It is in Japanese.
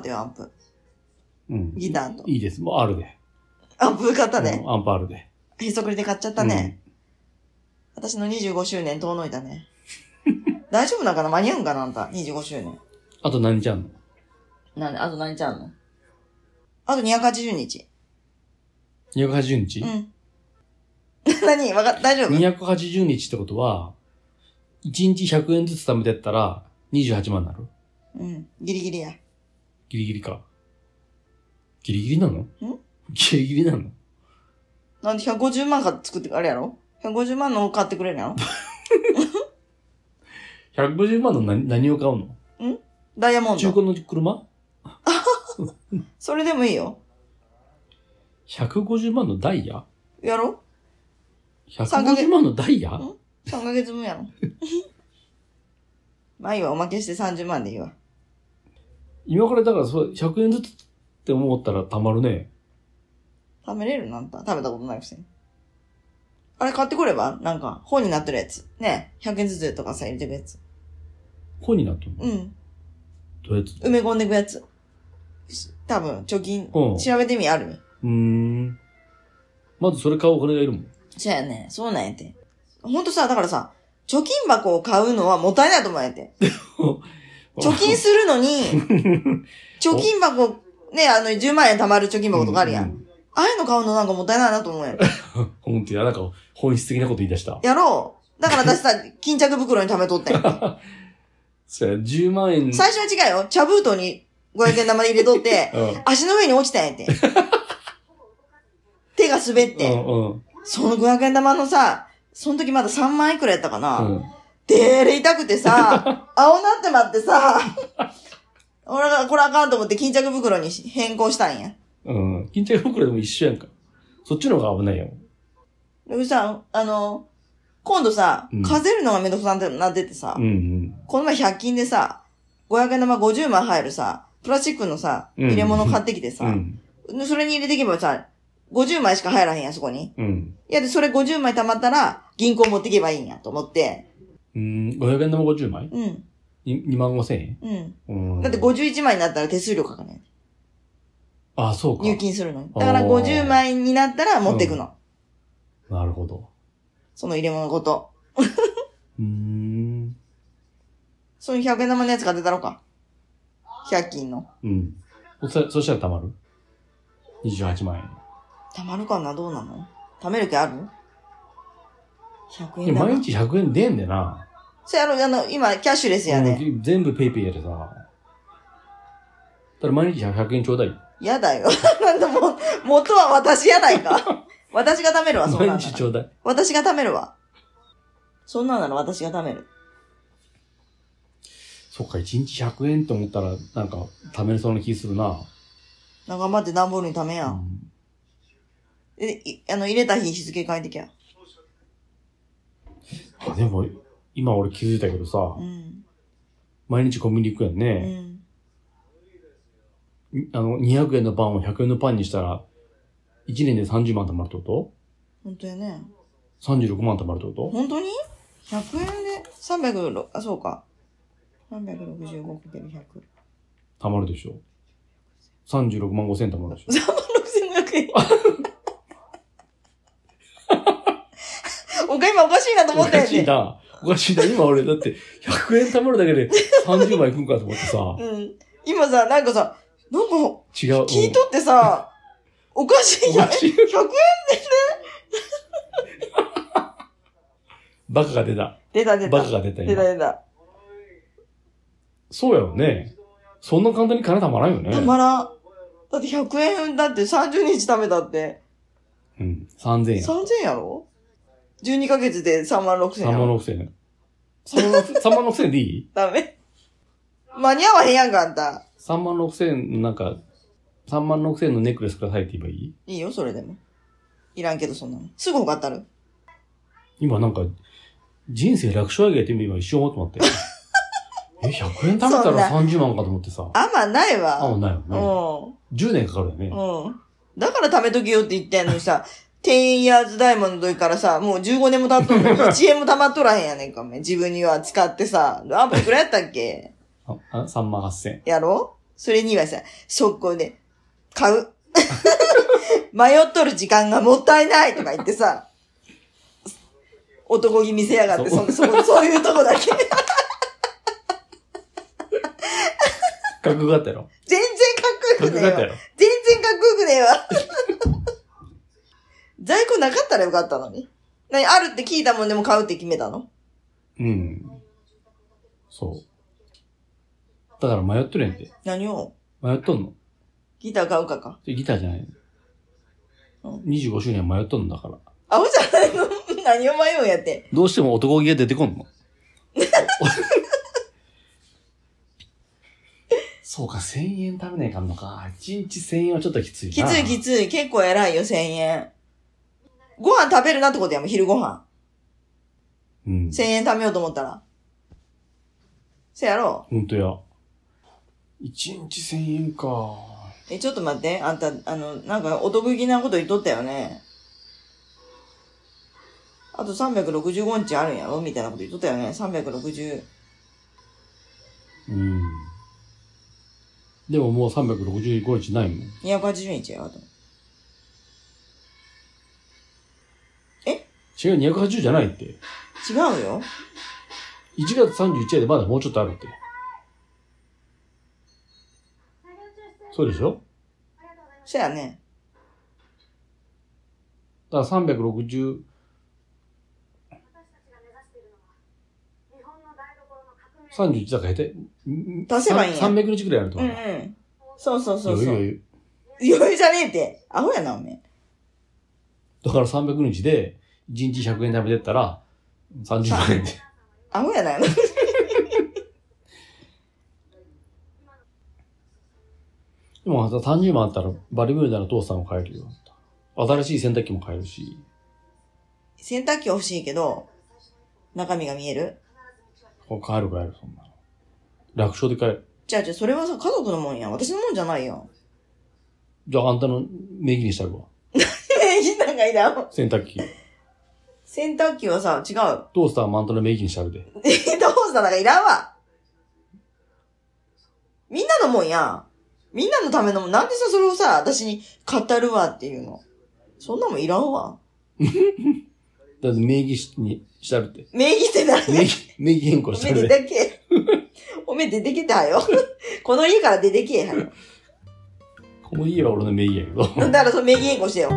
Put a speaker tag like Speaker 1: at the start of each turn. Speaker 1: だよ、アンプ。
Speaker 2: うん。
Speaker 1: ギターと。
Speaker 2: いいです。もうあるで。
Speaker 1: アンプ買った
Speaker 2: う
Speaker 1: ね。
Speaker 2: んアンパールで。
Speaker 1: へそくりで買っちゃったね。私の25周年遠のいたね。 大丈夫なんかな間に合うんかなあんた。25周年。
Speaker 2: うん。あと何ちゃんの
Speaker 1: なんで、あと何ちゃうのあと280日。
Speaker 2: ?280 日
Speaker 1: うん。 何わかっ大丈夫
Speaker 2: ?280 日ってことは、1日100円ずつ貯めてったら、28万になる
Speaker 1: うん。ギリギリや。
Speaker 2: ギリギリか。ギリギリなのギリギリなの
Speaker 1: なんで150万か作って、あれやろ ?150 万のを買ってくれるやろ
Speaker 2: ?150 万の何何を買うの
Speaker 1: ダイヤモン
Speaker 2: 中
Speaker 1: ド。
Speaker 2: 古の車
Speaker 1: それでもいいよ。
Speaker 2: ?150 万のダイヤ
Speaker 1: やろ
Speaker 2: ?150 万のダイヤ
Speaker 1: ん ?3 ヶ月分やろ まあいいわ、おまけして30万でいいわ。
Speaker 2: 今からだからそう100円ずつって思ったら貯まるね。
Speaker 1: 食べれるなんだ食べたことないくせに。あれ買ってくればなんか、本になってるやつ。ね。100円ずつとかさ、入れてくやつ。
Speaker 2: 本になってるの
Speaker 1: うん。
Speaker 2: どうやつ
Speaker 1: 埋め込んでくやつ。多分、貯金、
Speaker 2: うん
Speaker 1: 調べてみある。
Speaker 2: うーん。まずそれ買うお金がいるもん。
Speaker 1: そうやね。そうなんやて。ほんとさ、だからさ、貯金箱を買うのはもったいないと思うやて。貯金するの に、貯金箱、ね、あの、10万円貯まる貯金箱とかあるや。
Speaker 2: うん
Speaker 1: ああいうの買うのなんかもったいないなと思うやん。
Speaker 2: うん。本当や、なんか本質的なこと言い出した。
Speaker 1: やろう。だから私さ、 巾着袋に貯めとったんや。
Speaker 2: そうや、10万円。
Speaker 1: 最初は違うよ。茶封筒に500円玉入れとって、
Speaker 2: うん。
Speaker 1: 足の上に落ちたんや って。手が滑っ
Speaker 2: う
Speaker 1: て。
Speaker 2: んうん。
Speaker 1: その500円玉のさ、その時まだ3万いくらやったかな。
Speaker 2: うん。
Speaker 1: でれ痛くて さ、青なってまってさ、俺がこれあかんと思って巾着袋に変更したんや。
Speaker 2: うん。巾着袋でも一緒やんか。そっちの方が危ないよ。
Speaker 1: でさ、あの、今度さ
Speaker 2: うん、
Speaker 1: 数えるのがめんどくさになっててさ
Speaker 2: う、んうん。
Speaker 1: この前100均でさ、500円玉50万入るさ、プラスチックのさ、
Speaker 2: うん
Speaker 1: 入れ物買ってきてさ
Speaker 2: う、ん。
Speaker 1: でそれに入れてけばさ、50枚しか入らへんやん、そこに。
Speaker 2: うん。
Speaker 1: いや、で、それ50枚貯まったら、銀行持ってけばいいんや、と思って。
Speaker 2: うん。500円玉50枚
Speaker 1: うん、
Speaker 2: に ?2 万5千円
Speaker 1: うん。
Speaker 2: うん。
Speaker 1: だって51枚になったら手数料かかんねん。
Speaker 2: あ、そうか。
Speaker 1: 入金するのに。だから
Speaker 2: おー
Speaker 1: 50枚になったら持っていくの。
Speaker 2: なるほど。
Speaker 1: その入れ物ごと。
Speaker 2: うーん。
Speaker 1: その100円玉のやつが出たろか。100均の。
Speaker 2: うん。そしたら、そしたら貯まる ?28 万円。
Speaker 1: 貯まるかなどうなの貯める気ある ?100
Speaker 2: いや
Speaker 1: 円玉
Speaker 2: 毎。日100円出んでな。
Speaker 1: そやろ、あの、今、キャッシュレスやね。
Speaker 2: うん全部ペイペイやでさ。だから毎日100円ちょうだい。
Speaker 1: やだよ。 なんだもう、元は私やない か。私が貯めるわ、そんな
Speaker 2: 毎
Speaker 1: んなら
Speaker 2: 日ちょうだい。
Speaker 1: 私が貯めるわ。そんなんなら私が貯める。
Speaker 2: そっか、1日100円と思ったら、なんか、貯めるそうな気するな。
Speaker 1: なんか頑張って段ボールに貯めや。
Speaker 2: うんん
Speaker 1: でいあの、入れた日日付変えてきゃ。
Speaker 2: あでも、今俺気づいたけどさ
Speaker 1: う、ん。
Speaker 2: 毎日コンビニ行くやん
Speaker 1: う
Speaker 2: ね。
Speaker 1: ん。
Speaker 2: あの、200円のパンを100円のパンにしたら、1年で30万貯まるってこ
Speaker 1: 本当やね。
Speaker 2: と ?36 万貯まるってこと
Speaker 1: 本当に ?100 円で306、あ、そうか。365×100。
Speaker 2: 貯まるでしょ。36万5千貯まるでしょ。
Speaker 1: 6500円。 おか今おかしいなと思
Speaker 2: お
Speaker 1: った
Speaker 2: か
Speaker 1: よ
Speaker 2: しい
Speaker 1: ね。
Speaker 2: な。おかしいな。今俺、だって、100円貯まるだけで30枚いくんかと思ってさ、
Speaker 1: うん。今さ、なんかさ、なんか
Speaker 2: 違う。
Speaker 1: 聞いとってさ、おかしい
Speaker 2: うん
Speaker 1: や
Speaker 2: お
Speaker 1: ん。
Speaker 2: か
Speaker 1: 100
Speaker 2: しい。
Speaker 1: 円
Speaker 2: バカが出た。
Speaker 1: 出た出た。
Speaker 2: バカが出た
Speaker 1: 出た
Speaker 2: 今。
Speaker 1: 出た。
Speaker 2: そうやろね。そんな簡単に金貯まらんよね。
Speaker 1: たまらん。だって100円だって30日食べたって、
Speaker 2: うん。3000円。
Speaker 1: 3000円やろ ?12 ヶ月で3万6000
Speaker 2: 3
Speaker 1: 円や
Speaker 2: 万
Speaker 1: ろ。
Speaker 2: 6000円。3万6000 3万6000円でいい
Speaker 1: ダメ。間に合わへんやんか、あんた。
Speaker 2: ?3 万6000円、なんか、3万6000円のネックレスくださいって言えばいい
Speaker 1: いいよ、それでも。いらんけど、そんなの。すぐ他ったる。
Speaker 2: 今なんか、人生楽勝やげって今一瞬思ってまったよ。え、100円貯めたら30万かと思ってさ。
Speaker 1: あんまない
Speaker 2: あ、もう
Speaker 1: わ。
Speaker 2: ないよ
Speaker 1: う
Speaker 2: ね。
Speaker 1: ん。
Speaker 2: 10年かかるよね。
Speaker 1: うん。だから貯めときよって言ってんのにさ、10 years ダイモンドからさ、もう15年も経っとんのに、1円も貯まっとらへんやねんか、お前自分には使ってさ、あ、僕いくらやったっけ
Speaker 2: あ、3万8000円。
Speaker 1: やろそれにはさ、速攻で、買う。 迷っとる時間がもったいないとか言ってさ、男気見せやがって、そ、そこ、そういうとこだけ。
Speaker 2: 覚悟があったやろ。
Speaker 1: 全然かっ
Speaker 2: 覚
Speaker 1: こよ
Speaker 2: 悟
Speaker 1: く
Speaker 2: が
Speaker 1: ねえ
Speaker 2: あっ
Speaker 1: わ
Speaker 2: たや。ろ。
Speaker 1: 全然かっこよくねえわ。 在庫なかったらよかったのに。何、あるって聞いたもんでも買うって決めたの
Speaker 2: うん。そう。だから迷っとるやんて。
Speaker 1: 何を
Speaker 2: 迷っとんの
Speaker 1: ギター買うかか。
Speaker 2: でギターじゃない
Speaker 1: うん
Speaker 2: の。25周年迷っとんのだから。
Speaker 1: アホじゃないの 何を迷うんやって。
Speaker 2: どうしても男気が出てこ んの。そうか、1000円食べねえかんのか。1日1000円はちょっときつい
Speaker 1: き
Speaker 2: な。
Speaker 1: ついきつい。結構偉いよ、1000円。ご飯食べるなってことやもん、昼ご飯。
Speaker 2: うん。
Speaker 1: 1000円貯めようと思ったら。せやろ
Speaker 2: ほんとや。1日1000円か。
Speaker 1: え、ちょっと待って。あんた、あの、なんかお得意なこと言っとったよね。あと365日あるんやろみたいなこと言っとったよね。360。
Speaker 2: うん。でももう365日ないもん。
Speaker 1: 280日やあと。
Speaker 2: 違う、280じゃないって。
Speaker 1: 違うよ。
Speaker 2: 1月31日でまだもうちょっとあるって。そうでしょ
Speaker 1: そやね。
Speaker 2: だから360、31だから減って、
Speaker 1: 足せばいいんや
Speaker 2: さん300日くらいあると
Speaker 1: うん
Speaker 2: 思
Speaker 1: う
Speaker 2: う。
Speaker 1: ん。そうそうそうそう。
Speaker 2: 余裕余
Speaker 1: 余
Speaker 2: 裕
Speaker 1: 裕じゃねえって。アホやな、おめえ。
Speaker 2: だから300日で、1日100円食べてったら、30万円で。
Speaker 1: アホやな。
Speaker 2: でも30万あったら、バリブルダーの父さんを買えるよ。新しい洗濯機も買えるし。
Speaker 1: 洗濯機欲しいけど、中身が見える
Speaker 2: こう買える買える、そんなの。楽勝で買える。
Speaker 1: じゃあじゃあそれはさ、家族のもんやん。私のもんじゃないよ。
Speaker 2: じゃああんたの名義にしたるわ。
Speaker 1: え、ひなんかいいな。
Speaker 2: 洗濯機。
Speaker 1: 洗濯機はさ、違う。
Speaker 2: トースターもあんたの名義にしたるで。
Speaker 1: え、どうしたなんかいらんわ。みんなのもんやん。みんなのためのもん。なんでさ、それをさ、私に語るわっていうの。そんなもんいらんわ。
Speaker 2: だって名義にしたるって。
Speaker 1: 名義って何
Speaker 2: 名義、名義変
Speaker 1: お
Speaker 2: 更した
Speaker 1: め
Speaker 2: る
Speaker 1: で
Speaker 2: で。
Speaker 1: てけ。おめでてけてはよ。この家から出てけはよ。
Speaker 2: この家は俺の名義やけど。
Speaker 1: だからその名義変更してよ。